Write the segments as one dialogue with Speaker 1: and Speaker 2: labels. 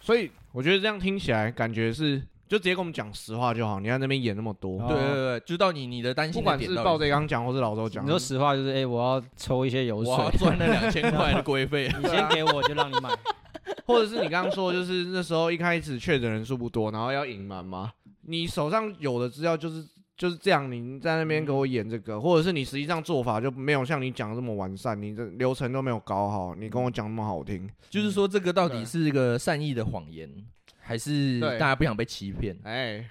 Speaker 1: 所以我觉得这样听起来感觉是，就直接跟我们讲实话就好，你在那边演那么多，
Speaker 2: 哦
Speaker 1: 对
Speaker 2: 对
Speaker 1: 对
Speaker 2: 对
Speaker 1: 对
Speaker 2: 对，知道你你的担
Speaker 1: 不
Speaker 2: 心的
Speaker 1: 管
Speaker 2: 点
Speaker 1: 是
Speaker 2: 到底
Speaker 1: 鲍贼刚讲或是老周讲
Speaker 3: 你，说实话就是，哎，我要抽一些油
Speaker 2: 我
Speaker 3: 水，，
Speaker 2: 要赚那两千块的规费
Speaker 3: 你先给我就让你买。
Speaker 1: 或者是你刚刚说，就是那时候一开始确诊人数不多，然后要隐瞒嘛，你手上有的资料就是就是这样，你在那边给我演这个，或者是你实际上做法就没有像你讲的这么完善，你这流程都没有搞好，你跟我讲那么好听，
Speaker 2: 就是说这个到底
Speaker 1: 对
Speaker 2: 是一个善意的谎言，还是
Speaker 1: 对
Speaker 2: 大家不想被欺骗？
Speaker 1: 哎，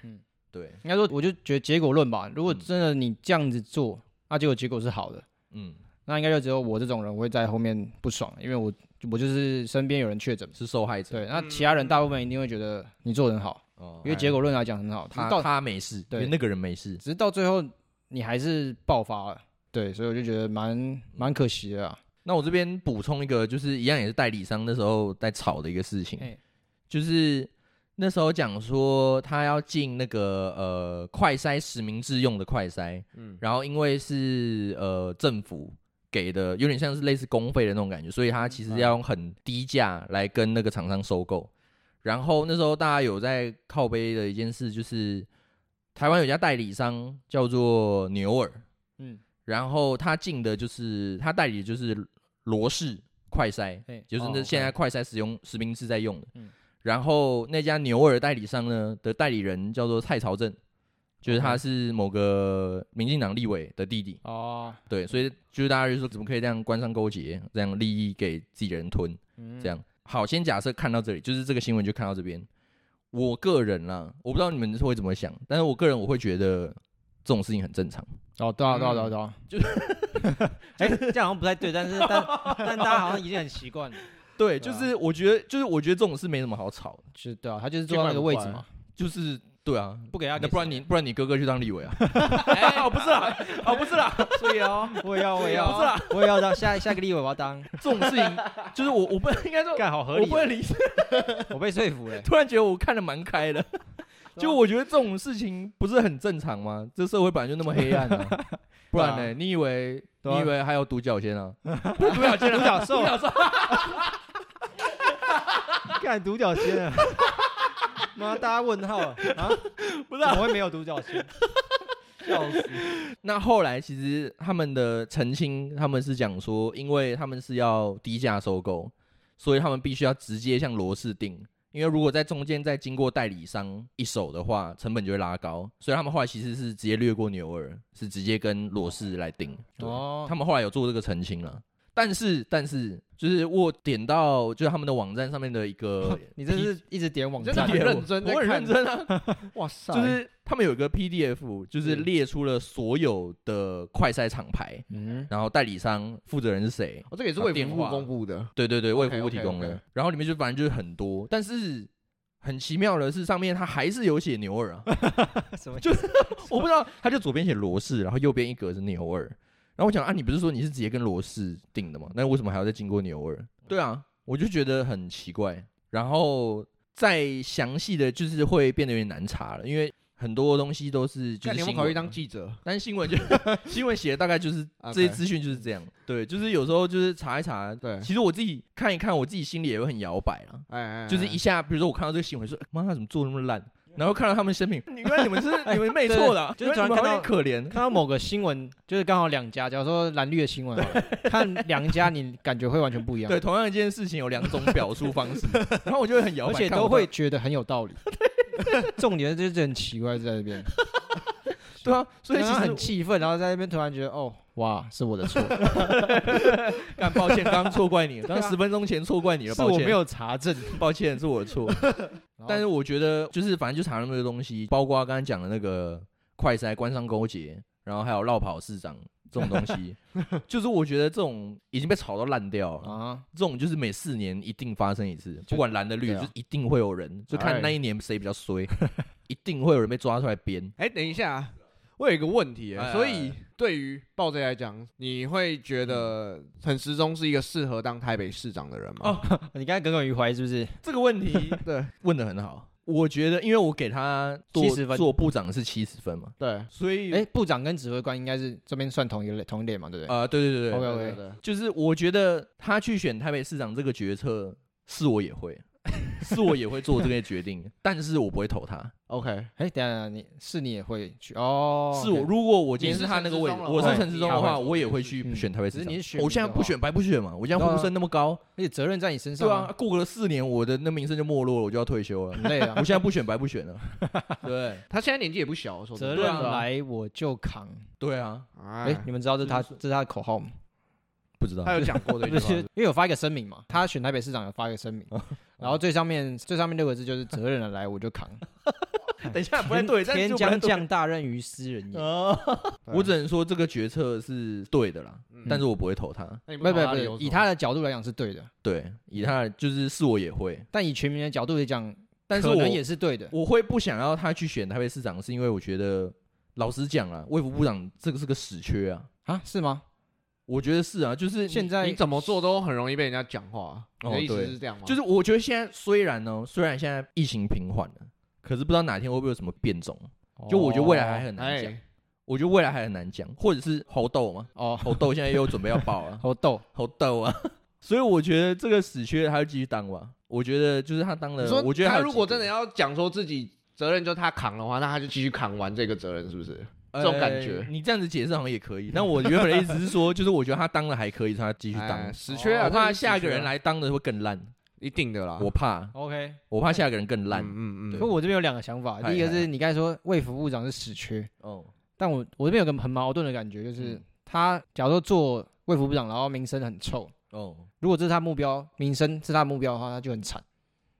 Speaker 2: 对，
Speaker 3: 应该说，我就觉得结果论吧。如 果真的你这样子做，那结果结果是好的，
Speaker 2: 嗯，
Speaker 3: 那应该就只有我这种人会在后面不爽，因为我我就是身边有人确诊嘛。
Speaker 2: 是受害者，
Speaker 3: 对，那
Speaker 4: 嗯
Speaker 3: 其他人大部分一定会觉得你做得很好，
Speaker 2: 哦，
Speaker 3: 因为结果论来讲很好。他
Speaker 2: 他
Speaker 3: 到
Speaker 2: 他没事，
Speaker 3: 对
Speaker 2: 因为那个人没事，
Speaker 3: 只是到最后你还是爆发了，对，所以我就觉得蛮蛮可惜的啊。
Speaker 2: 那我这边补充一个，就是一样也是代理商那时候在吵的一个事情，
Speaker 3: 嘿
Speaker 2: 就是那时候讲说他要进那个呃快筛实名制用的快筛，
Speaker 1: 嗯，
Speaker 2: 然后因为是呃政府给的，有点像是类似公费的那种感觉，所以他其实要用很低价来跟那个厂商收购。然后那时候大家有在靠背的一件事，就是台湾有一家代理商叫做牛耳，
Speaker 3: 嗯，
Speaker 2: 然后他进的就是他代理的就是罗氏快筛，
Speaker 3: 嘿
Speaker 2: 就是
Speaker 3: 哦
Speaker 2: 那
Speaker 3: ，OK
Speaker 2: 现在快筛使用实名制在用的。
Speaker 3: 嗯
Speaker 2: 然后那家牛耳代理商呢的代理人叫做蔡朝正，就是他是某个民进党立委的弟弟。
Speaker 3: 哦，
Speaker 2: 对，所以就是大家就说怎么可以这样官商勾结，这样利益给自己的人吞，
Speaker 3: 嗯
Speaker 2: 这样。好，先假设看到这里，就是这个新闻就看到这边。我个人啦，我不知道你们会怎么想，但是我个人我会觉得这种事情很正常。
Speaker 3: 哦，对啊，对啊，
Speaker 4: 嗯
Speaker 3: 对啊，对啊，
Speaker 4: 哎，这样好像不太对， 但是但但大家好像已经很习惯了。
Speaker 2: 对，
Speaker 3: 对
Speaker 2: 就
Speaker 3: 啊
Speaker 2: 是我觉得，就是我觉得这种事没什么好吵的，
Speaker 3: 是，对啊，他就是坐到那个位置嘛，
Speaker 2: 就是对啊，
Speaker 4: 不给他
Speaker 2: 那
Speaker 4: 给
Speaker 2: 不然
Speaker 4: 谁
Speaker 2: 你不然你哥哥去当立委啊？哎， 哦不是啦，哦不是啦，
Speaker 4: 所以哦，我也要，我也要，
Speaker 2: 不是啦，
Speaker 4: 我也要当下下个立委我要当，
Speaker 2: 这种事情就是我我不应该 说，
Speaker 4: 干好合
Speaker 2: 我
Speaker 4: 理
Speaker 2: 不
Speaker 4: 哦，
Speaker 2: 能理解，啊
Speaker 4: 我被说服了。
Speaker 2: 突然觉得我看的蛮开的，
Speaker 4: 啊
Speaker 2: 就我觉得这种事情不是很正常吗？这社会本来就那么黑 暗啊，不然
Speaker 4: 对
Speaker 2: 呢？你以为
Speaker 4: 对啊
Speaker 2: 你以为还有独角 仙啊？
Speaker 4: 独角仙，独角兽，独啊角兽，干独角仙 啊！妈，大家问号啊！啊，不是，怎么会没有独角仙？笑死！
Speaker 2: 那后来其实他们的澄清，他们是讲说，因为他们是要低价收购，所以他们必须要直接向罗氏订，因为如果在中间再经过代理商一手的话，成本就会拉高，所以他们后来其实是直接略过牛耳，是直接跟罗氏来订。对
Speaker 3: 哦，
Speaker 2: 他们后来有做这个澄清了。但是，但是，就是我点到就是他们的网站上面的一个 P，
Speaker 3: 你这是一直点网
Speaker 1: 你真的
Speaker 3: 站
Speaker 1: 很，认真在
Speaker 2: 我很
Speaker 1: 看
Speaker 2: 认真啊，
Speaker 3: 哇塞，
Speaker 2: 就是他们有一个 PDF，就是列出了所有的快筛厂牌，
Speaker 3: 嗯，
Speaker 2: 然后代理商负责人是谁？
Speaker 1: 哦，这个也是卫
Speaker 2: 电
Speaker 1: 福部
Speaker 2: 话
Speaker 1: 公布的，
Speaker 2: 对对对，卫
Speaker 1: OK，
Speaker 2: 福部提供的
Speaker 1: OK，OK。
Speaker 2: 然后里面就反正就是很多，但是很奇妙的是，上面它还是有写牛耳啊，
Speaker 4: 什么？
Speaker 2: 我不知道，它就左边写罗氏，然后右边一格是牛耳。然后我想啊，你不是说你是直接跟罗氏订的吗？那为什么还要再经过牛耳？对啊，我就觉得很奇怪。然后再详细的就是会变得有点难查了，因为很多东西都是就
Speaker 1: 看你
Speaker 2: 是
Speaker 1: 有没
Speaker 2: 新
Speaker 1: 有考虑
Speaker 2: 闻嘛
Speaker 1: 当记者？
Speaker 2: 但是 新闻就新闻写的大概就是
Speaker 1: OK
Speaker 2: 这些资讯就是这样，对，就是有时候就是查一查，
Speaker 1: 对
Speaker 2: 其实我自己看一看，我自己心里也会很摇摆啊，
Speaker 1: 哎哎，哎
Speaker 2: 就是
Speaker 3: 嗯
Speaker 2: 一下，比如说我看到这个新闻说，妈他怎么做那么烂，然后看到他们的生品， 你看你们是
Speaker 3: 哎
Speaker 2: 你们没错的啊，
Speaker 4: 对就是
Speaker 2: 你们
Speaker 4: 突然看到
Speaker 2: 好像可怜，
Speaker 3: 看到某个新闻，就是刚好两家，假如说蓝绿的新闻好了，看两家你感觉会完全不一样，
Speaker 2: 对，，同样一件事情有两种表述方式，然后我就会很摇摆，
Speaker 3: 而且
Speaker 2: 看我
Speaker 3: 都会
Speaker 2: 到
Speaker 3: 觉得很有道理。重点就是很奇怪在这边，
Speaker 2: 对啊，所以
Speaker 3: 刚刚
Speaker 2: 其实
Speaker 3: 很气愤，然后在那边突然觉得哦，哇，是我的错，
Speaker 2: 干抱歉，刚刚错 怪你了，刚刚十分钟前错怪你了，
Speaker 3: 啊是
Speaker 2: 抱
Speaker 3: 我
Speaker 2: 歉
Speaker 3: 没，有查 证。
Speaker 2: 抱歉，是我的 错。但是我觉得，就是反正就查那么多东西，包括刚才讲的那个快筛、官商勾结，然后还有绕跑市长这种东 西，就是我觉得这种已经被炒到烂掉了。
Speaker 3: 啊，
Speaker 2: 这种就是每四年一定发生一次，不管蓝的绿，
Speaker 3: 对啊哎
Speaker 2: 就一定会有人，就看那一年谁比较衰， 一定会有人被抓出来编。
Speaker 1: 哎，等一下啊，我有一个问题
Speaker 2: 哎哎
Speaker 1: 耶，
Speaker 2: 哎
Speaker 1: 所以对于暴贼来讲，你会觉得陈时中是一个适合当台北市长的人吗？
Speaker 2: 嗯哦
Speaker 3: 啊你刚才耿耿于怀是不是？
Speaker 2: 这个问题
Speaker 1: 对
Speaker 2: 问的很好，我觉得，因为我给他
Speaker 3: 70
Speaker 2: 做
Speaker 3: 分
Speaker 2: 做部长是七十分嘛，
Speaker 1: 对，
Speaker 2: 所以，
Speaker 3: 哎，部长跟指挥官应该是这边算同一个类同一类嘛，对不对？
Speaker 2: 呃，对对对对
Speaker 3: OK，OK
Speaker 1: 对对对，
Speaker 2: 就是我觉得他去选台北市长这个决策，是我也会。 是我也会做这个 决定，但是我不会投他。
Speaker 1: OK，
Speaker 3: 哎，等一下等一下，你是你也会去哦？
Speaker 2: 是我，如果我今
Speaker 1: 你
Speaker 2: 天
Speaker 1: 是
Speaker 2: 是他
Speaker 1: 陈
Speaker 2: 那个
Speaker 1: 时
Speaker 2: 位置，
Speaker 1: 中了
Speaker 2: 我
Speaker 1: 哦
Speaker 2: 是陈志忠的
Speaker 1: 你还
Speaker 2: 话，
Speaker 1: 会
Speaker 2: 我也会
Speaker 3: 嗯
Speaker 2: 去选台北
Speaker 3: 只
Speaker 2: 市
Speaker 3: 是你
Speaker 2: 长
Speaker 3: 是。选
Speaker 2: 我
Speaker 3: 民
Speaker 2: 现在
Speaker 3: 的
Speaker 2: 不
Speaker 3: 话
Speaker 2: 选白不选嘛，我现在
Speaker 3: 对啊
Speaker 2: 呼声那么高，
Speaker 3: 而且责任在你身上，
Speaker 2: 对啊，，过了四年，我的那名声就没落了，我就要退休了。
Speaker 3: 很累
Speaker 2: 我
Speaker 3: 啊，
Speaker 2: 现在不选白不选了，对
Speaker 1: 他现在年纪也不小，说
Speaker 3: 责
Speaker 1: 真
Speaker 3: 任
Speaker 1: 的
Speaker 2: 对啊
Speaker 3: 来我就扛。
Speaker 2: 对啊，
Speaker 1: 哎
Speaker 3: 哎，，你们知道这是他这是他的口号吗？
Speaker 2: 不知道
Speaker 1: 他有讲过的 一句话，
Speaker 3: 因为有发一个声明嘛，他选台北市长有发一个声明，
Speaker 2: 哦
Speaker 3: 然后最上面最上面六个字就是责任的来我就扛。
Speaker 2: 等一下 不太对，但是
Speaker 3: 天
Speaker 2: 就不太
Speaker 3: 将
Speaker 2: 对
Speaker 3: 降大任于斯人也。
Speaker 2: 啊！
Speaker 1: 对
Speaker 2: 我只能说这个决策是对的啦，
Speaker 1: 嗯
Speaker 2: 但是我不会投他。
Speaker 1: 哎那你
Speaker 3: 不不
Speaker 1: 懂他的
Speaker 3: 不，
Speaker 1: 由
Speaker 3: 以
Speaker 1: 头
Speaker 3: 他的角度来讲是对的，
Speaker 2: 对，以他的就是是我也会，
Speaker 3: 但以全民的角度来讲，
Speaker 2: 但是
Speaker 3: 可
Speaker 2: 我
Speaker 3: 能也是对的。
Speaker 2: 我会不想要他去选台北市长，是因为我觉得老实讲啊，卫福部长这个是个死缺啊。
Speaker 3: 啊，是吗？
Speaker 2: 我觉得是啊，就是
Speaker 3: 现
Speaker 2: 在。
Speaker 3: 在
Speaker 1: 你怎么做都很容易被人家讲话，你的
Speaker 2: 哦
Speaker 1: 意思
Speaker 2: 对
Speaker 1: 是这样吗？
Speaker 2: 就是我觉得现在虽然呢，虽然现在疫情平缓了，可是不知道哪天会不会有什么变种。就我觉得未来还很难讲，
Speaker 1: 哎，
Speaker 2: 我觉得未来还很难讲，或者是猴痘嘛，
Speaker 3: 哦，，
Speaker 2: 猴痘现在又准备要爆 了
Speaker 3: 好逗。
Speaker 2: 猴痘啊，所以我觉得这个死缺他就继续当吧。我觉得就是他当
Speaker 1: 你
Speaker 2: 了，
Speaker 1: 说
Speaker 2: 呃我觉得
Speaker 1: 他
Speaker 2: 还有
Speaker 1: 如果
Speaker 2: 机会
Speaker 1: 真的要讲说自己责任就他扛的话，那他就继续扛完这个责任，是不是？这种感觉
Speaker 2: 呃你这样子解释好像也可以。但我原本的意思是说，就是我觉得他当了还可以，所以他继续
Speaker 1: 哎
Speaker 2: 当。
Speaker 1: 死缺啊，
Speaker 2: 我
Speaker 1: 这
Speaker 2: 怕
Speaker 1: 是死
Speaker 2: 下一个
Speaker 1: 缺啊
Speaker 2: 人来当的会更烂，
Speaker 1: 一定的啦，
Speaker 2: 我怕，
Speaker 3: OK，
Speaker 2: 我怕下一个人更烂。
Speaker 1: 嗯嗯
Speaker 3: 可
Speaker 1: 嗯，
Speaker 3: 我这边有两个想法，
Speaker 2: 嗨
Speaker 3: 第一个
Speaker 2: 嗨
Speaker 3: 是你刚才说卫福部长是死缺，
Speaker 2: 哦，
Speaker 3: 但我我这边有个很矛盾的感觉，就是
Speaker 2: 嗯
Speaker 3: 他假如说做卫福部长，然后名声很臭，
Speaker 2: 哦，
Speaker 3: 如果这是他目标，名声是他目标的话，他就很惨。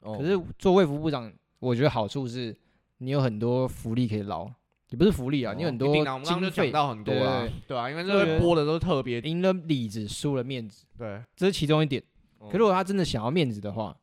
Speaker 2: 哦
Speaker 3: 可是做卫福部长，我觉得好处是你有很多福利可以捞，也不是福利啊，
Speaker 2: 哦
Speaker 3: 你有很
Speaker 1: 一
Speaker 3: 多
Speaker 1: 定的，我们刚刚就
Speaker 3: 经
Speaker 1: 讲
Speaker 3: 费，
Speaker 1: 到很多啦
Speaker 3: 对对，
Speaker 1: 对啊，因为
Speaker 3: 对
Speaker 1: 这
Speaker 3: 对
Speaker 1: 个
Speaker 3: 对
Speaker 1: 播的都是特别
Speaker 3: 赢了里子，输了面子，
Speaker 1: 对，
Speaker 3: 这是其中一点。可如
Speaker 2: 我
Speaker 3: 果他真的想要面子的话，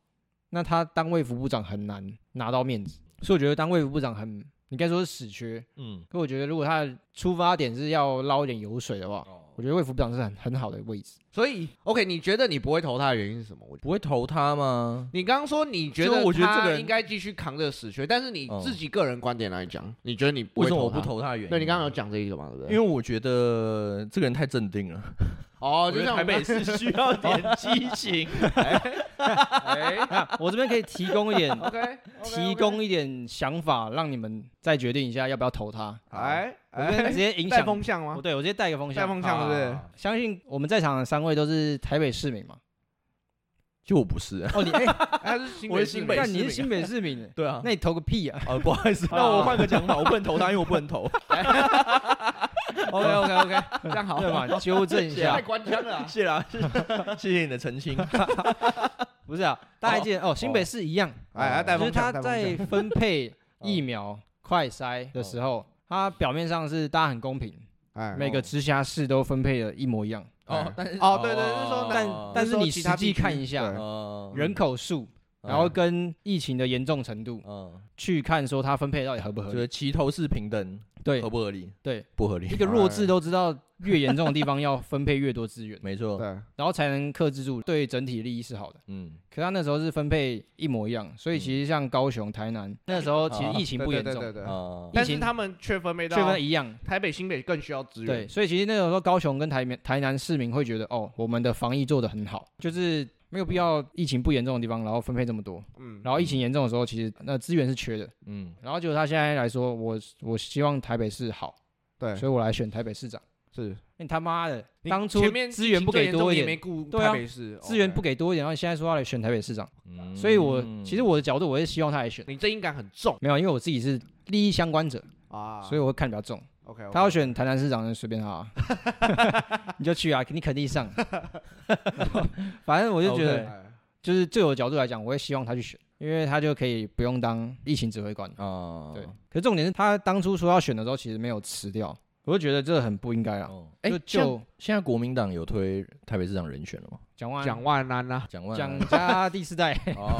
Speaker 3: 那他当卫福部长很难拿到面子，所以我觉得当卫福部长很，应该说是死缺。
Speaker 2: 嗯，
Speaker 3: 可我觉得如果他的出发点是要捞一点油水的话，
Speaker 2: 哦
Speaker 3: 我觉得卫福部长是很很好的位置。
Speaker 1: 所以 OK，你觉得你不会投他的原因是什么？我
Speaker 2: 不会投他吗？
Speaker 1: 你刚刚说你觉得
Speaker 2: 就我觉得这个
Speaker 1: 他
Speaker 2: 人
Speaker 1: 应该继续扛这个死缺，但是你
Speaker 2: 哦
Speaker 1: 自己个人观点来讲，你觉得你不
Speaker 2: 为
Speaker 1: 会
Speaker 2: 什么我
Speaker 1: 投
Speaker 2: 不
Speaker 1: 他？
Speaker 2: 投他的原因？
Speaker 1: 对你刚刚有讲这一个嘛，对不对？
Speaker 2: 因为我觉得这个人太镇定了，
Speaker 1: 哦，
Speaker 2: 我觉
Speaker 1: 就
Speaker 2: 得
Speaker 1: 像
Speaker 2: 台北市 需要点激情。
Speaker 3: 我这边可以提供一 点
Speaker 1: OK
Speaker 3: 提供一点想法，让你们再决定一下要不要投他。
Speaker 1: 哎
Speaker 3: 我这边直接
Speaker 1: 哎，
Speaker 3: 影
Speaker 1: 带
Speaker 3: 响，
Speaker 1: 风向吗
Speaker 3: 我？对我直啊接带一个风
Speaker 1: 带
Speaker 3: 向。
Speaker 1: 风向对不对？
Speaker 3: 相信我们在场的三位都是台北市民嘛？
Speaker 2: 就我不是，
Speaker 3: 哦，你哎，
Speaker 1: 他是新
Speaker 2: 我是新北市
Speaker 3: 但
Speaker 2: 民
Speaker 3: 你是新北市 民，
Speaker 2: 对啊
Speaker 3: 那你投个屁啊
Speaker 2: 哦，不好意思，那我换个 讲法，我不能投他，因为我不能投。
Speaker 1: OK OK OK，这 哦样好，
Speaker 3: 对吧？纠正一下
Speaker 1: 太，官腔了 啊。
Speaker 2: 谢啦，谢谢你的澄清。
Speaker 3: 不是啊？大家记得哦，新北市一样，
Speaker 1: 哎，他带
Speaker 3: 就
Speaker 1: 风
Speaker 3: 是他
Speaker 1: 向，带风
Speaker 3: 在
Speaker 1: 向哦
Speaker 3: 分 配疫苗、快筛的时候，他表面上是大家很公平，
Speaker 1: 哎
Speaker 3: 每个直辖市都分配的一模一样，
Speaker 2: 哦，但是
Speaker 1: 哦对对那时候
Speaker 3: 但
Speaker 2: 哦
Speaker 3: 但是
Speaker 1: 那时候
Speaker 3: 你
Speaker 1: 其
Speaker 3: 实
Speaker 1: 他地
Speaker 3: 际
Speaker 1: 区
Speaker 3: 看一下
Speaker 1: 对哦
Speaker 2: 哦
Speaker 3: 人口数，然后跟疫情的严重程度
Speaker 2: 嗯，
Speaker 3: 去看，说它分配到底合不合
Speaker 2: 觉得
Speaker 3: 理？
Speaker 2: 齐头是平等，
Speaker 3: 对
Speaker 2: 合不合理？
Speaker 3: 对，
Speaker 2: 不合理
Speaker 3: 一，个弱智都知道，越严重的地方要分配越多资源，
Speaker 2: 没错。
Speaker 1: 对，
Speaker 3: 然后才能克制住，对整体利益是好的。
Speaker 2: 嗯，
Speaker 3: 可他那时候是分配一模一样，所以其实像高雄、台南那时候，其实疫情不
Speaker 1: 对
Speaker 3: 严
Speaker 1: 嗯哦对
Speaker 3: 重，
Speaker 1: 对对对。
Speaker 2: 哦
Speaker 1: 但
Speaker 3: 疫
Speaker 1: 是
Speaker 3: 情
Speaker 1: 他们却分配
Speaker 3: 确
Speaker 1: 到
Speaker 3: 分一样。
Speaker 1: 台北、新北更需要资源
Speaker 3: 对，。所以其实那个时候高雄跟台面台南市民会觉得，哦，我们的防疫做得很好，就是没有必要疫情不严重的地方，然后分配这么多。
Speaker 1: 嗯，
Speaker 3: 然后疫情严重的时候，其实那资源是缺的。
Speaker 2: 嗯，
Speaker 3: 然后就他现在来说，我我希望台北市好，
Speaker 1: 对，
Speaker 3: 所以我来选台北市长。
Speaker 1: 是
Speaker 3: 你他妈的，
Speaker 1: 你
Speaker 3: 当初
Speaker 1: 前面
Speaker 3: 资源不给多一
Speaker 1: 疫情最严重你也没哦
Speaker 3: 点，
Speaker 1: 顾
Speaker 3: 对啊
Speaker 1: 台北市
Speaker 3: 资源不
Speaker 1: 给，
Speaker 3: 给多一点，然后你现在说要来选台北市长，
Speaker 2: 嗯
Speaker 3: 所以我其实我的角度我是希望他来选，
Speaker 1: 你正义感很重
Speaker 3: 没有，因为我自己是利益相关者，
Speaker 1: 啊，
Speaker 3: 所以我会看比较重。
Speaker 1: OK，
Speaker 3: 他要选台南市长，那随便他啊，你就去啊，你肯定上。反正我就觉得，就是对我的角度来讲，我会希望他去选，因为他就可以不用当疫情指挥官。
Speaker 2: 啊，
Speaker 3: 对，可是重点是他当初说要选的时候，其实没有辞掉，我就觉得这很不应该啊。
Speaker 2: 哦，哎
Speaker 3: 哎，，
Speaker 2: 就
Speaker 3: 就
Speaker 2: 现在国民党有推台北市长人选了吗？
Speaker 3: 蒋万安啊
Speaker 1: 蒋万安呐，
Speaker 2: 蒋万安
Speaker 3: 蒋家第四代，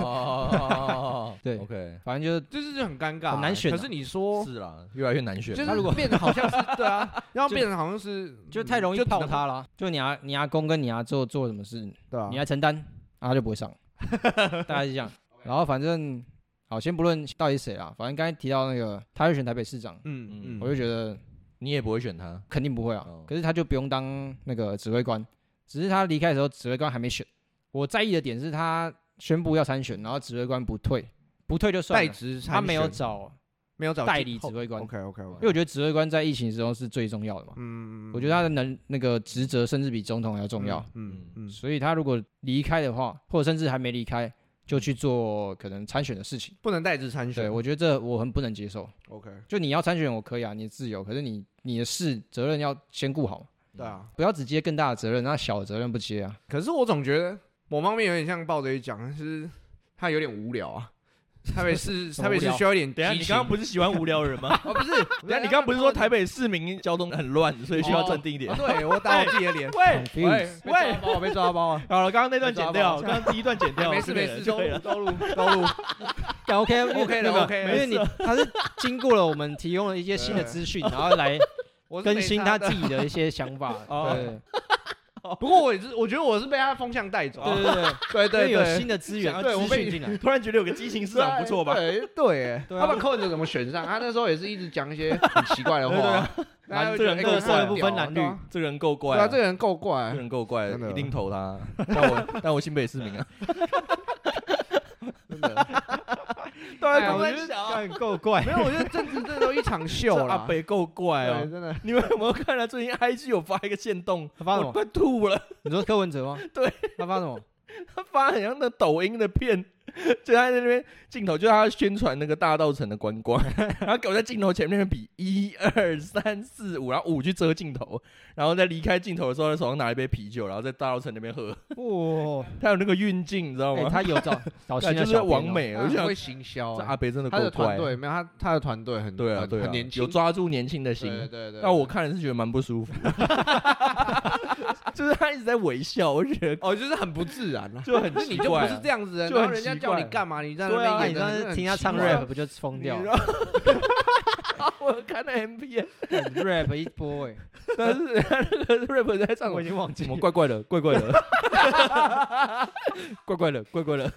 Speaker 2: 哦，
Speaker 3: 对
Speaker 2: ，OK，
Speaker 3: 反正就是
Speaker 1: 就是就很尴尬，
Speaker 3: 很难选啊啊
Speaker 1: 可是你说，
Speaker 2: 是啦，越来越难选。
Speaker 1: 就是如果变得好像 是对啊，然后变得好像是
Speaker 3: 就
Speaker 1: 嗯
Speaker 3: 太容易
Speaker 1: 就只
Speaker 3: 泡
Speaker 1: 能
Speaker 3: 他了。就你阿你阿公跟你阿做做什么事，
Speaker 1: 对啊
Speaker 3: 你，来承担，啊他就不会 上，大概是 这样。然后反正好，先不论到底谁啦，反正刚才提到那个，他会选台北市长，
Speaker 1: 嗯
Speaker 2: 嗯
Speaker 3: 我就觉得
Speaker 2: 你也不会选他，
Speaker 3: 肯定不会啊
Speaker 2: 哦。
Speaker 3: 可是他就不用当那个指挥官，只是他离开的时候指挥官还没选。我在意的点是他宣布要参选，然后指挥官不退，不退就算
Speaker 1: 代
Speaker 3: 了，
Speaker 1: 职参选
Speaker 3: 他没有找
Speaker 1: 没有找
Speaker 3: 代理指挥官，
Speaker 1: OK OK
Speaker 3: 因为
Speaker 1: OK，
Speaker 3: 我觉得指挥官在疫情之中是最重要的嘛，
Speaker 1: 嗯
Speaker 3: 我觉得他的能那个职责甚至比总统还要重要，，
Speaker 1: 嗯嗯
Speaker 3: 所以他如果离开的话，或者甚至还没离开，就去做可能参选的事情。
Speaker 1: 不能代职参
Speaker 3: 对，
Speaker 1: 选
Speaker 3: 我觉得嗯这我很不能接受。
Speaker 1: ，OK，
Speaker 3: 就你要参选，我可以啊，你的自由，可是你你的事责任要先顾好，
Speaker 1: 对啊，
Speaker 3: 不要只接更大的责任，那小的责任不接啊。
Speaker 1: 可是我总觉得某方面有点像抱着一讲，就是他有点无聊啊。台北 市，
Speaker 3: 什么
Speaker 1: 台北
Speaker 3: 无
Speaker 1: 市
Speaker 3: 聊
Speaker 1: 需要一点
Speaker 2: 等一下，
Speaker 1: 激
Speaker 2: 你
Speaker 1: 情
Speaker 2: 刚刚不是喜欢无聊的人吗？
Speaker 1: 哦，不是，
Speaker 2: 等一下，你刚刚不是说台北市民交通很乱，所以需要镇定一点，
Speaker 1: 哦？对我打我自己的脸
Speaker 2: 喂
Speaker 1: 喂
Speaker 3: Confused
Speaker 1: 喂
Speaker 2: 喂，，
Speaker 1: 我被抓包啊！
Speaker 2: 好了，刚刚那段剪掉，
Speaker 1: 被抓包
Speaker 2: 刚刚第一段剪掉，
Speaker 1: 没事
Speaker 2: 对
Speaker 1: 没
Speaker 2: 了
Speaker 1: 事，
Speaker 2: 就
Speaker 1: 都
Speaker 2: 可以了。
Speaker 1: 都录都录，
Speaker 3: 但 OK 因为
Speaker 1: OK
Speaker 3: 那
Speaker 1: 了
Speaker 3: 个
Speaker 1: OK 了
Speaker 3: 因为你他是经过了我们提供了一些新的资讯，然后来
Speaker 1: 我是
Speaker 3: 更
Speaker 1: 没
Speaker 3: 新
Speaker 1: 差
Speaker 3: 他
Speaker 1: 的
Speaker 3: 自己的一些想法。
Speaker 2: 哦
Speaker 3: 对
Speaker 1: 不过我也是，我觉得我是被他风向带走，
Speaker 3: 对对对，
Speaker 1: 对
Speaker 3: 因为
Speaker 1: 对
Speaker 3: 有
Speaker 1: 对
Speaker 3: 新，的资源
Speaker 1: 想对
Speaker 3: 资
Speaker 1: 我
Speaker 3: 讯
Speaker 1: 被
Speaker 3: 进来。
Speaker 2: 突然觉得有个激情市场不错吧？
Speaker 1: 对对，哎
Speaker 3: 对啊
Speaker 1: 他把柯文哲怎么选上？他那时候也是一直讲一些很奇怪的
Speaker 2: 对对
Speaker 1: 话，大家会觉得哎
Speaker 2: 蓝这个人
Speaker 1: 看他
Speaker 2: 各色
Speaker 1: 很
Speaker 2: 不
Speaker 1: 屌啊
Speaker 3: 分蓝
Speaker 1: 对啊
Speaker 3: 绿
Speaker 2: 这个人够怪
Speaker 1: 对
Speaker 2: 啊，
Speaker 1: 啊，这个人够
Speaker 2: 这
Speaker 1: 怪
Speaker 2: 个，人够怪，
Speaker 1: 真的
Speaker 2: 一定投他。但我但我新北市民啊，
Speaker 1: 真的。对
Speaker 2: 哎
Speaker 1: 啊，我
Speaker 2: 我
Speaker 1: 觉
Speaker 2: 觉
Speaker 1: 得
Speaker 2: 得
Speaker 4: 干够怪，
Speaker 1: 没有，我觉得政治这都一场秀
Speaker 2: 这阿
Speaker 1: 啦，
Speaker 2: 北够怪
Speaker 1: 对，
Speaker 2: 哦。
Speaker 1: 真的。
Speaker 2: 你们有没有看到最近 IG 有发一个限动？
Speaker 3: 他发什
Speaker 1: 哦
Speaker 2: 我
Speaker 3: 么？
Speaker 2: 快吐了！
Speaker 3: 你说柯文哲吗？
Speaker 2: 对，
Speaker 3: 他发什 么？
Speaker 2: 他发很像那抖音的片，就他在那边镜头，就他宣传那个大道城的观 光，然后给我在镜头前面比一二三四五，然后五去遮镜头，然后在离开镜头的时候，他手上拿一杯啤酒，然后在大道城那边喝，
Speaker 3: 哇，
Speaker 2: 他有那个运镜，你知道
Speaker 3: 哎，
Speaker 2: 吗？
Speaker 3: 他有找找
Speaker 1: 啊
Speaker 3: 新
Speaker 2: 就
Speaker 3: 的
Speaker 2: 是
Speaker 3: 小编哦
Speaker 2: 完，美，我
Speaker 1: 他
Speaker 2: 就
Speaker 1: 很
Speaker 2: 想
Speaker 1: 会行销
Speaker 2: 这
Speaker 1: 啊，
Speaker 2: 阿北真的
Speaker 1: 他
Speaker 2: 够
Speaker 1: 的团
Speaker 2: 怪，
Speaker 1: 队没有他，他的团队很
Speaker 2: 对啊
Speaker 1: 很
Speaker 2: 对啊
Speaker 1: 很年，轻，
Speaker 2: 有抓住年轻的心。
Speaker 1: 对对对。
Speaker 2: 那我看了是觉得蛮不舒服， 就是他一直在微笑，我就觉得
Speaker 1: 哦，就是很不自然啦。
Speaker 2: 就很
Speaker 1: 那
Speaker 2: 奇
Speaker 1: 你就不
Speaker 2: 怪
Speaker 1: 是
Speaker 2: 啊。
Speaker 1: 这样子的，
Speaker 2: 就
Speaker 1: 然后
Speaker 2: 很
Speaker 1: 人家
Speaker 2: 奇
Speaker 1: 叫你
Speaker 2: 怪
Speaker 1: 干嘛，你在那
Speaker 2: 对
Speaker 1: 边
Speaker 2: 啊
Speaker 3: 那
Speaker 1: 演
Speaker 3: 你
Speaker 1: 得
Speaker 3: 刚
Speaker 1: 很
Speaker 3: 才听他唱
Speaker 1: 很奇怪啊
Speaker 3: rap 不就疯掉
Speaker 2: 你
Speaker 3: 了
Speaker 2: 知？道 我有看那 M
Speaker 3: 啊
Speaker 2: P，
Speaker 3: rap 一波哎、
Speaker 2: 但是 人家那个 rap 在唱，
Speaker 3: 我已经忘记
Speaker 2: 怎么怪怪 的，怪怪的，怪怪的，怪怪的。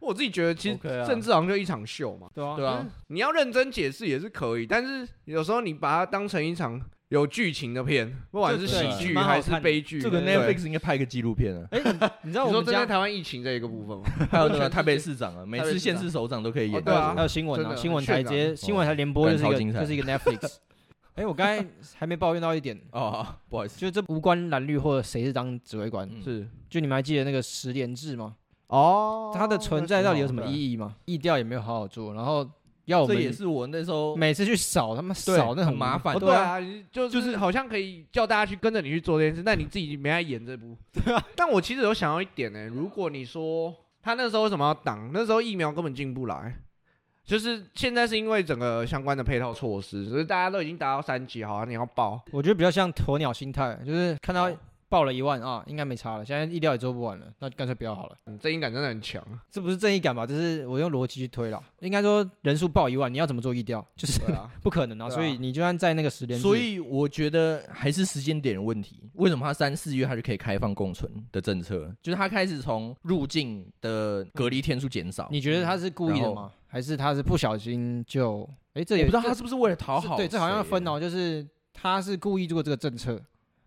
Speaker 1: 我自己觉得其实
Speaker 2: OK 啊
Speaker 1: 政治好像就一场秀嘛，
Speaker 3: 对啊，
Speaker 2: 对啊，
Speaker 1: 你要认真解释也是可以，但是有时候你把它当成一场有剧情的片，不管是
Speaker 2: 啊
Speaker 1: 喜
Speaker 3: 对
Speaker 1: 剧
Speaker 3: 蛮好
Speaker 1: 还
Speaker 3: 看的
Speaker 1: 是悲剧，
Speaker 2: 这个
Speaker 1: 对
Speaker 2: Netflix 应该拍个纪录片啊，
Speaker 3: 哎、你你知道
Speaker 1: 你
Speaker 3: 我
Speaker 1: 说
Speaker 3: 们
Speaker 1: 针对
Speaker 3: 家
Speaker 1: 台湾疫情这一个部分吗？
Speaker 2: 还有那个台北市长啊，每
Speaker 1: 台北
Speaker 2: 次
Speaker 1: 市
Speaker 2: 县
Speaker 1: 长
Speaker 2: 市首长都可以演。
Speaker 1: 哦对啊
Speaker 3: 还有新闻
Speaker 1: 真
Speaker 3: 啊，
Speaker 1: 的
Speaker 3: 新闻台直接新闻台联播就是一
Speaker 2: 哦感超精
Speaker 3: 个
Speaker 2: 彩
Speaker 3: 就是一个 Netflix。哎、我刚才还没抱怨到一点，
Speaker 2: 哦，不好意思，
Speaker 3: 就是这无关蓝绿或者谁是当指挥官，
Speaker 2: 嗯
Speaker 1: 是
Speaker 3: 就你们还记得那个十连制吗？
Speaker 1: 哦，
Speaker 3: 它的存在到底有
Speaker 2: 哦
Speaker 3: 什么
Speaker 2: 啊
Speaker 1: 义？
Speaker 3: 意义吗？意调也没有好好做，然后哦要我
Speaker 2: 这也
Speaker 3: 们
Speaker 2: 是我那时候
Speaker 3: 每次去扫，他妈
Speaker 2: 对
Speaker 3: 扫那
Speaker 2: 很
Speaker 3: 无
Speaker 2: 麻烦
Speaker 1: 哦，
Speaker 2: 对
Speaker 1: 对啊，你就就
Speaker 2: 就
Speaker 1: 是是好像可以叫大家去跟着你去做这件事，但你自己没来演这部。但我其实有想到一点呢、如果你说他那时候为什么要挡？那时候疫苗根本进不来，就是现在是因为整个相关的配套措施，所以大家都已经达到三级，好、啊，你要报。
Speaker 3: 我觉得比较像鸵鸟心态，就是看到报了一万啊，应该没差了，现在意料也做不完了，那干脆不要好了。
Speaker 1: 你正义感真的很强，
Speaker 3: 这不是正义感吧？这是我用逻辑去推了。应该说人数报一万，你要怎么做意调？就是、
Speaker 1: 对啊，
Speaker 3: 不可能啊。
Speaker 1: 对啊
Speaker 3: 所以你就算在那个十连制，
Speaker 2: 所以我觉得还是时间点的问题。为什么他三四月他就可以开放共存的政策？就是他开始从入境的隔离天数减少。
Speaker 3: 你觉得他是故意
Speaker 2: 嗯然
Speaker 3: 的
Speaker 2: 后
Speaker 3: 吗？还是他是不小心就？哎，这
Speaker 2: 我
Speaker 3: 也
Speaker 2: 不知道他是不是为了讨
Speaker 3: 这
Speaker 2: 好谁，啊
Speaker 3: 对，这好像要分哦，就是他是故意做这个政策，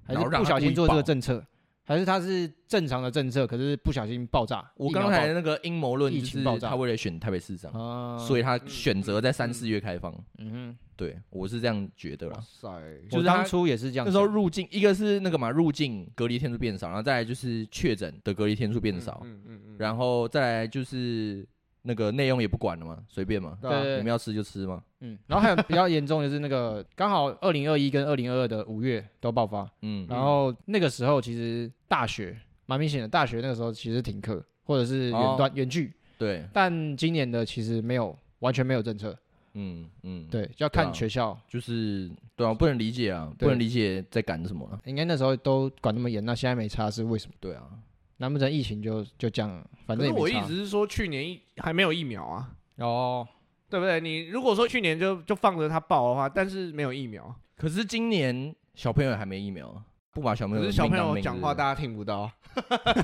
Speaker 3: 还
Speaker 2: 然后
Speaker 3: 是
Speaker 2: 让
Speaker 3: 不
Speaker 2: 他
Speaker 3: 小
Speaker 2: 故
Speaker 3: 心
Speaker 2: 意
Speaker 3: 做这
Speaker 2: 爆
Speaker 3: 个政策，还是他是正常的政策，可是不小心爆炸？
Speaker 2: 我
Speaker 3: 疫苗
Speaker 2: 刚才
Speaker 3: 爆
Speaker 2: 那个阴谋论就
Speaker 3: 疫
Speaker 2: 是
Speaker 3: 情爆炸
Speaker 2: 他为了选台北市长，
Speaker 3: 啊，
Speaker 2: 所
Speaker 3: 以
Speaker 2: 以他选择在三四月开放。
Speaker 3: 嗯哼，
Speaker 2: 对我是这样觉得
Speaker 1: 哇
Speaker 2: 啦。
Speaker 1: 塞，
Speaker 2: 就
Speaker 3: 我
Speaker 2: 是他
Speaker 3: 当初也是这样
Speaker 2: 哦那
Speaker 3: 想，
Speaker 2: 时候入境，一个是那个嘛入境隔离天数变少，然后再来就是确诊的隔离天数变少，
Speaker 1: 嗯嗯
Speaker 2: 然后再来就是那个内容也不管了嘛，随便嘛，
Speaker 1: 对啊
Speaker 3: 对
Speaker 2: 你们要吃就吃嘛。
Speaker 3: 嗯，然后还有比较严重的就是那个，刚好二零二一跟二零二二的五月都爆发，
Speaker 2: 嗯，
Speaker 3: 然后那个时候其实大学蛮明显的，大学那个时候其实停课或者是
Speaker 2: 哦
Speaker 3: 远端远距，
Speaker 2: 对，
Speaker 3: 但今年的其实没有完全没有政策，
Speaker 2: 嗯嗯，
Speaker 3: 对，就要
Speaker 2: 对啊
Speaker 3: 看学校，
Speaker 2: 就是对啊，不能理解啊，
Speaker 3: 对
Speaker 2: 不能理解在赶什么了。
Speaker 3: 应该那时候都管那么严，那现在没差是为什么？
Speaker 2: 对啊，
Speaker 3: 难不成疫情就就这样了？反
Speaker 1: 可
Speaker 3: 正
Speaker 1: 是
Speaker 3: 也
Speaker 1: 我
Speaker 3: 没
Speaker 1: 一
Speaker 3: 差
Speaker 1: 直是说去年疫还没有疫苗啊，
Speaker 3: 哦，
Speaker 1: 对不对？你如果说去年就就放着它爆的话，但是没有疫苗，
Speaker 2: 可是今年小朋友还没疫苗啊，不把小朋
Speaker 1: 可是
Speaker 2: 友
Speaker 1: 小朋
Speaker 2: 命当
Speaker 1: 友
Speaker 2: 命
Speaker 1: 讲话
Speaker 2: 是不是
Speaker 1: 大家听不到，
Speaker 2: 真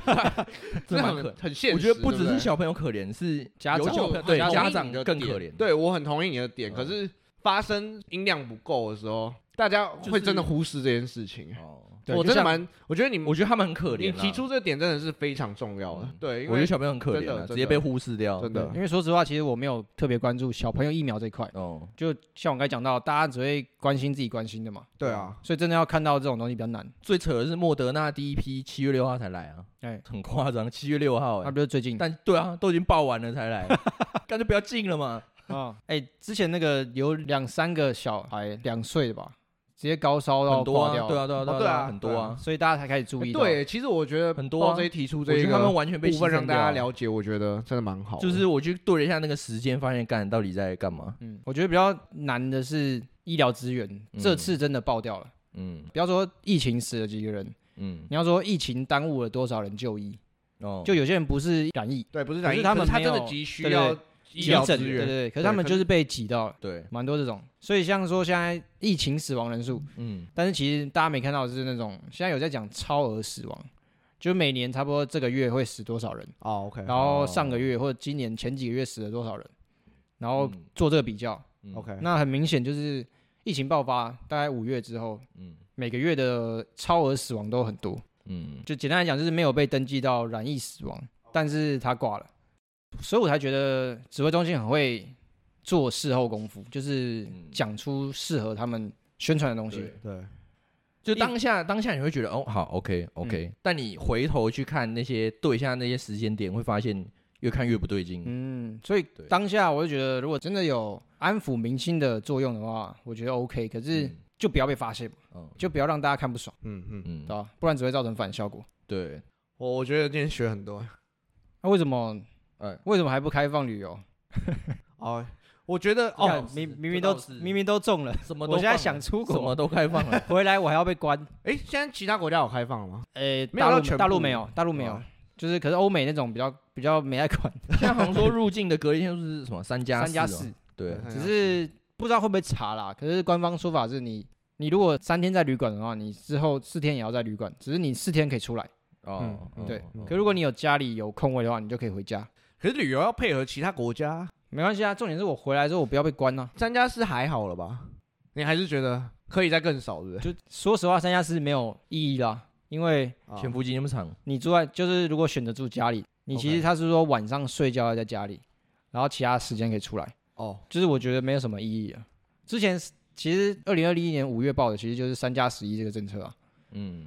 Speaker 1: 这
Speaker 2: 的蛮可
Speaker 1: 很很现实。
Speaker 2: 我觉得不
Speaker 1: 对
Speaker 2: 只
Speaker 1: 对
Speaker 2: 是小朋友可怜，是
Speaker 3: 家
Speaker 2: 有
Speaker 3: 长
Speaker 2: 小朋友对
Speaker 3: 家长
Speaker 2: 家长更可怜。
Speaker 1: 对我很同意你的点，
Speaker 2: 嗯
Speaker 1: 可是发生音量不够的时候，大家
Speaker 2: 就是
Speaker 1: 会真的忽视这件事情。
Speaker 2: 哦，
Speaker 3: 对
Speaker 1: 我
Speaker 3: 就
Speaker 1: 真的
Speaker 3: 像
Speaker 1: 蛮，我觉得你
Speaker 2: 我觉得他们很可
Speaker 1: 嗯你
Speaker 2: 怜啊。
Speaker 1: 提出这个点真的是非常重要的，对，因
Speaker 2: 我觉得
Speaker 1: 为
Speaker 2: 小朋友很可
Speaker 1: 真
Speaker 2: 怜
Speaker 1: 的
Speaker 2: 啊，
Speaker 1: 真
Speaker 2: 直
Speaker 1: 的
Speaker 2: 接被忽视掉。
Speaker 1: 真
Speaker 3: 对
Speaker 1: 的，
Speaker 3: 因为说实话，其实我没有特别关注小朋友疫苗这一块，
Speaker 2: 哦，
Speaker 3: 就像我刚才讲到，大家只会关心自己关心的嘛，
Speaker 1: 对啊，
Speaker 3: 所以真的要看到这种东西比较难。
Speaker 2: 最扯的是莫德纳第一批七月六号才来啊，
Speaker 3: 哎，
Speaker 2: 很夸张，七月六号
Speaker 3: 那
Speaker 1: 啊
Speaker 2: 哎，
Speaker 3: 不是最近
Speaker 2: 但对啊，都已经报完了 才来，干脆不要进了嘛。
Speaker 3: 啊？哎，之前那个有两三个小孩两岁的吧，直接高烧到
Speaker 2: 很多
Speaker 3: 挂
Speaker 2: 啊，
Speaker 3: 掉，
Speaker 2: 对啊，对啊，
Speaker 1: 哦
Speaker 2: 对
Speaker 1: 对
Speaker 2: 啊，
Speaker 1: 啊
Speaker 2: 很多啊。
Speaker 3: 所以大家才开始注意到。
Speaker 1: 对，其实我觉得
Speaker 2: 很多啊
Speaker 1: 鲍 J 提出
Speaker 2: 我
Speaker 1: 这
Speaker 2: 觉得他们
Speaker 1: 个
Speaker 2: 完全被
Speaker 1: 部
Speaker 2: 牺牲
Speaker 1: 分让大家
Speaker 2: 掉啊，
Speaker 1: 了解，我觉得真的蛮好的，
Speaker 2: 就是我去对了一下那个时间，发现干到底在干嘛。
Speaker 3: 嗯，我觉得比较难的是医疗资源，这
Speaker 2: 嗯
Speaker 3: 次真的爆掉了。
Speaker 2: 嗯
Speaker 3: 不要说疫情死了几个人，
Speaker 2: 嗯，
Speaker 3: 你要说疫情耽误了多少人就医，
Speaker 2: 哦，
Speaker 3: 就有些人不是染疫，
Speaker 1: 对，不是染
Speaker 3: 可
Speaker 1: 疫，
Speaker 3: 是他
Speaker 1: 可
Speaker 3: 们
Speaker 1: 他
Speaker 3: 没
Speaker 1: 真的
Speaker 3: 有
Speaker 1: 急需
Speaker 3: 对对
Speaker 1: 要医疗
Speaker 3: 急诊
Speaker 1: 资
Speaker 3: 对
Speaker 1: 源，
Speaker 3: 对对，可
Speaker 1: 对
Speaker 3: 是他们
Speaker 1: 可
Speaker 3: 就是被挤到了，
Speaker 2: 对，
Speaker 3: 蛮多这种。所以像说现在疫情死亡人数，
Speaker 2: 嗯
Speaker 3: 但是其实大家没看到的是那种现在有在讲超额死亡，就每年差不多这个月会死多少人，
Speaker 1: 哦，OK，
Speaker 3: 然后上个月或者今年前几个月死了多少人，然后
Speaker 2: 嗯
Speaker 3: 做这个比较，
Speaker 2: 嗯
Speaker 1: OK，
Speaker 3: 那很明显就是疫情爆发大概五月之后，
Speaker 2: 嗯
Speaker 3: 每个月的超额死亡都很多。
Speaker 2: 嗯
Speaker 3: 就简单来讲，就是没有被登记到染疫死亡，但是他挂了，所以我才觉得指挥中心很会做事后功夫，就是
Speaker 2: 嗯
Speaker 3: 讲出适合他们宣传的东西嗯
Speaker 2: 对。
Speaker 1: 对，
Speaker 2: 就当下当下你会觉得哦好 OK OK，、但
Speaker 3: 嗯
Speaker 2: 你回头去看那些对一下那些时间点，会发现越看越不对劲。
Speaker 3: 嗯，所以
Speaker 2: 对
Speaker 3: 当下我就觉得，如果真的有安抚民心的作用的话，我觉得 OK，可是
Speaker 2: 嗯
Speaker 3: 就不要被发现嘛，
Speaker 2: 嗯
Speaker 3: 就不要让大家看不爽，
Speaker 1: 嗯嗯，
Speaker 2: 嗯
Speaker 3: 对吧、不然只会造成反效果。
Speaker 2: 对，
Speaker 1: 我我觉得今天学很多，
Speaker 3: 那、为什么
Speaker 2: 哎，
Speaker 3: 为什么还不开放旅游？
Speaker 1: 哦，我觉得
Speaker 3: 你看
Speaker 1: 哦，
Speaker 3: 明明明
Speaker 2: 这倒
Speaker 3: 都
Speaker 2: 是
Speaker 3: 明明都中了，
Speaker 2: 什么都
Speaker 3: 我现在
Speaker 2: 放了
Speaker 3: 想出
Speaker 2: 什么
Speaker 3: 国，
Speaker 2: 都开放 了，
Speaker 3: 回来我还要被关。
Speaker 1: 哎，现在其他国家有开放了吗？
Speaker 3: 呃，
Speaker 1: 没有
Speaker 3: 大
Speaker 1: 到
Speaker 3: 陆
Speaker 1: 全
Speaker 3: 大陆
Speaker 1: 部
Speaker 3: 没有，大陆没有
Speaker 1: 哦，
Speaker 3: 就是可是欧美那种比较比较没爱管，
Speaker 2: 现在好像说入境的隔离天数是什么三加
Speaker 3: 三加
Speaker 2: 哦
Speaker 3: 四，
Speaker 2: 对，
Speaker 1: 对
Speaker 3: 只是不知道会不会查啦。可是官方说法是你你如果三天在旅馆的话，你之后四天也要在旅馆，只是你四天可以出来。
Speaker 2: 哦
Speaker 1: 嗯
Speaker 3: 对
Speaker 2: 嗯
Speaker 3: 可如果你有家里有空位的话，你就可以回家，
Speaker 1: 可是旅游要配合其他国家，
Speaker 3: 没关系啊。重点是我回来之后我不要被关啊。
Speaker 1: 三加四还好了吧？你还是觉得可以再更少，对不对？
Speaker 3: 就说实话，三加四没有意义啦，因为
Speaker 1: 啊
Speaker 2: 潜伏期那么长，
Speaker 3: 你住在就是如果选择住家里，你其实
Speaker 1: OK
Speaker 3: 他是说晚上睡觉要在家里，然后其他时间可以出来。
Speaker 1: 哦，
Speaker 3: 就是我觉得没有什么意义啊。之前是其实二零二一年五月报的，其实就是三加十一这个政策啊，
Speaker 2: 嗯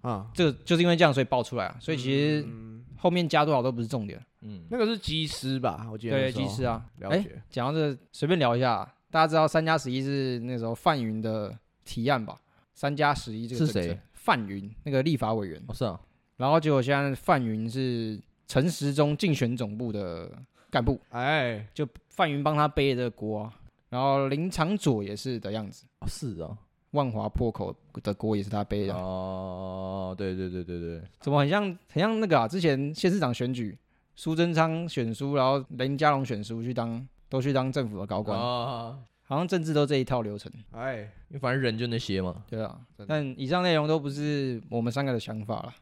Speaker 1: 啊，
Speaker 3: 这个就是因为这样所以报出来啊，所以其实
Speaker 1: 嗯
Speaker 3: 后面加多少都不是重点。
Speaker 2: 嗯
Speaker 1: 那个是机师吧？我记得
Speaker 3: 对，
Speaker 1: 那时候
Speaker 3: 技师啊，
Speaker 1: 了
Speaker 3: 哎
Speaker 1: 解，
Speaker 3: 讲到这个随便聊一下啊，大家知道三加十一是那时候范云的提案吧？三加十一这个
Speaker 2: 是
Speaker 3: 政策
Speaker 2: 谁？
Speaker 3: 范云那个立法委员，
Speaker 2: 哦是啊，
Speaker 3: 然后结果现在范云是陈时中竞选总部的干部，
Speaker 1: 哎，
Speaker 3: 就范云帮他背这个锅啊，然后林长佐也是的样子。
Speaker 2: 哦是啊，
Speaker 3: 万华破口的锅也是他背的，
Speaker 2: 哦对对对对对，
Speaker 3: 怎么很像很像那个啊？之前县市长选举，苏贞昌选书，然后林佳龙选书去当，都去当政府的高官，
Speaker 2: 啊，
Speaker 3: 好像政治都这一套流程，
Speaker 1: 哎，
Speaker 2: 因为反正人就那些嘛，
Speaker 3: 对啊
Speaker 1: 真的。
Speaker 3: 但以上内容都不是我们三个的想法了，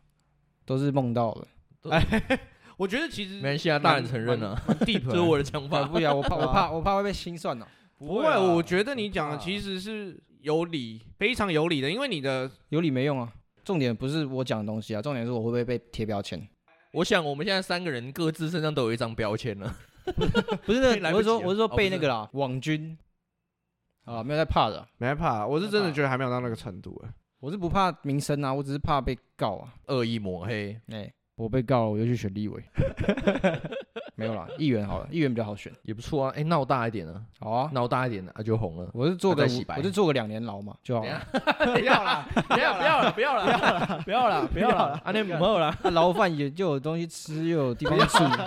Speaker 3: 都是梦到的。
Speaker 1: 我觉得其
Speaker 2: 没
Speaker 1: 实
Speaker 2: 关系啊，大人承认 了，
Speaker 1: 蛮 deep，
Speaker 2: 这
Speaker 1: 的
Speaker 2: 是我的想
Speaker 3: 反
Speaker 2: 法，
Speaker 3: 不了，我怕我怕我怕会被心算哦。
Speaker 1: 不会，啊我觉得你
Speaker 3: 啊
Speaker 1: 讲的其实是有理，非常有理的，因为你的
Speaker 3: 有理没用啊。重点不是我讲的东西啊，重点是我会不会被贴标签。
Speaker 2: 我想我们现在三个人各自身上都有一张标签了，
Speaker 3: 不是那，
Speaker 2: 来不
Speaker 3: 我是说
Speaker 2: 及了
Speaker 3: 我是说
Speaker 2: 哦不
Speaker 3: 被
Speaker 2: 是
Speaker 3: 那个啦，网军啊，没有在怕的啊，
Speaker 1: 没怕，我是真
Speaker 3: 没
Speaker 1: 的
Speaker 3: 怕
Speaker 1: 觉得还没有到那个程度，哎，
Speaker 3: 我是不怕名声啊，我只是怕被告啊。
Speaker 2: 恶意抹黑，
Speaker 3: 哎、我被告了，我就去选立委。 没有啦，议员好了，议员比较好选。
Speaker 2: 也不错啊，哎闹大一点啊，
Speaker 3: 好啊，
Speaker 2: 闹大一点啊就红了。
Speaker 3: 我是做个
Speaker 2: 他在洗
Speaker 3: 五
Speaker 2: 白
Speaker 3: 我是做个两年牢嘛就好
Speaker 2: 等一
Speaker 3: 了
Speaker 2: 下。 不要啦，不要不要了，不要了，不要了，不要了，啊，那母后啦，
Speaker 3: 那牢饭也就有东西吃，又有地方住。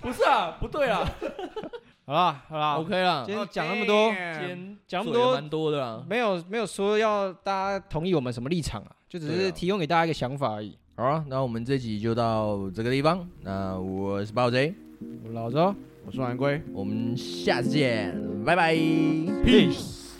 Speaker 2: 不是啊，不对啊
Speaker 3: 好啦好啦
Speaker 2: ，OK 啦，
Speaker 3: 今
Speaker 2: 今
Speaker 3: 天
Speaker 1: 哦
Speaker 3: 讲那么多，
Speaker 1: damn
Speaker 2: 天
Speaker 3: 讲那么
Speaker 2: 嘴
Speaker 3: 多
Speaker 2: 蛮多的啊。
Speaker 3: 没有没有说要大家同意我们什么立场啊，就只
Speaker 2: 对啊
Speaker 3: 是提供给大家一个想法而已。
Speaker 2: 好啊，那我们这集就到这个地方。那我是暴贼，
Speaker 3: 我老周
Speaker 1: 我是晚归。
Speaker 2: 我们下次见，拜拜。
Speaker 3: ，peace。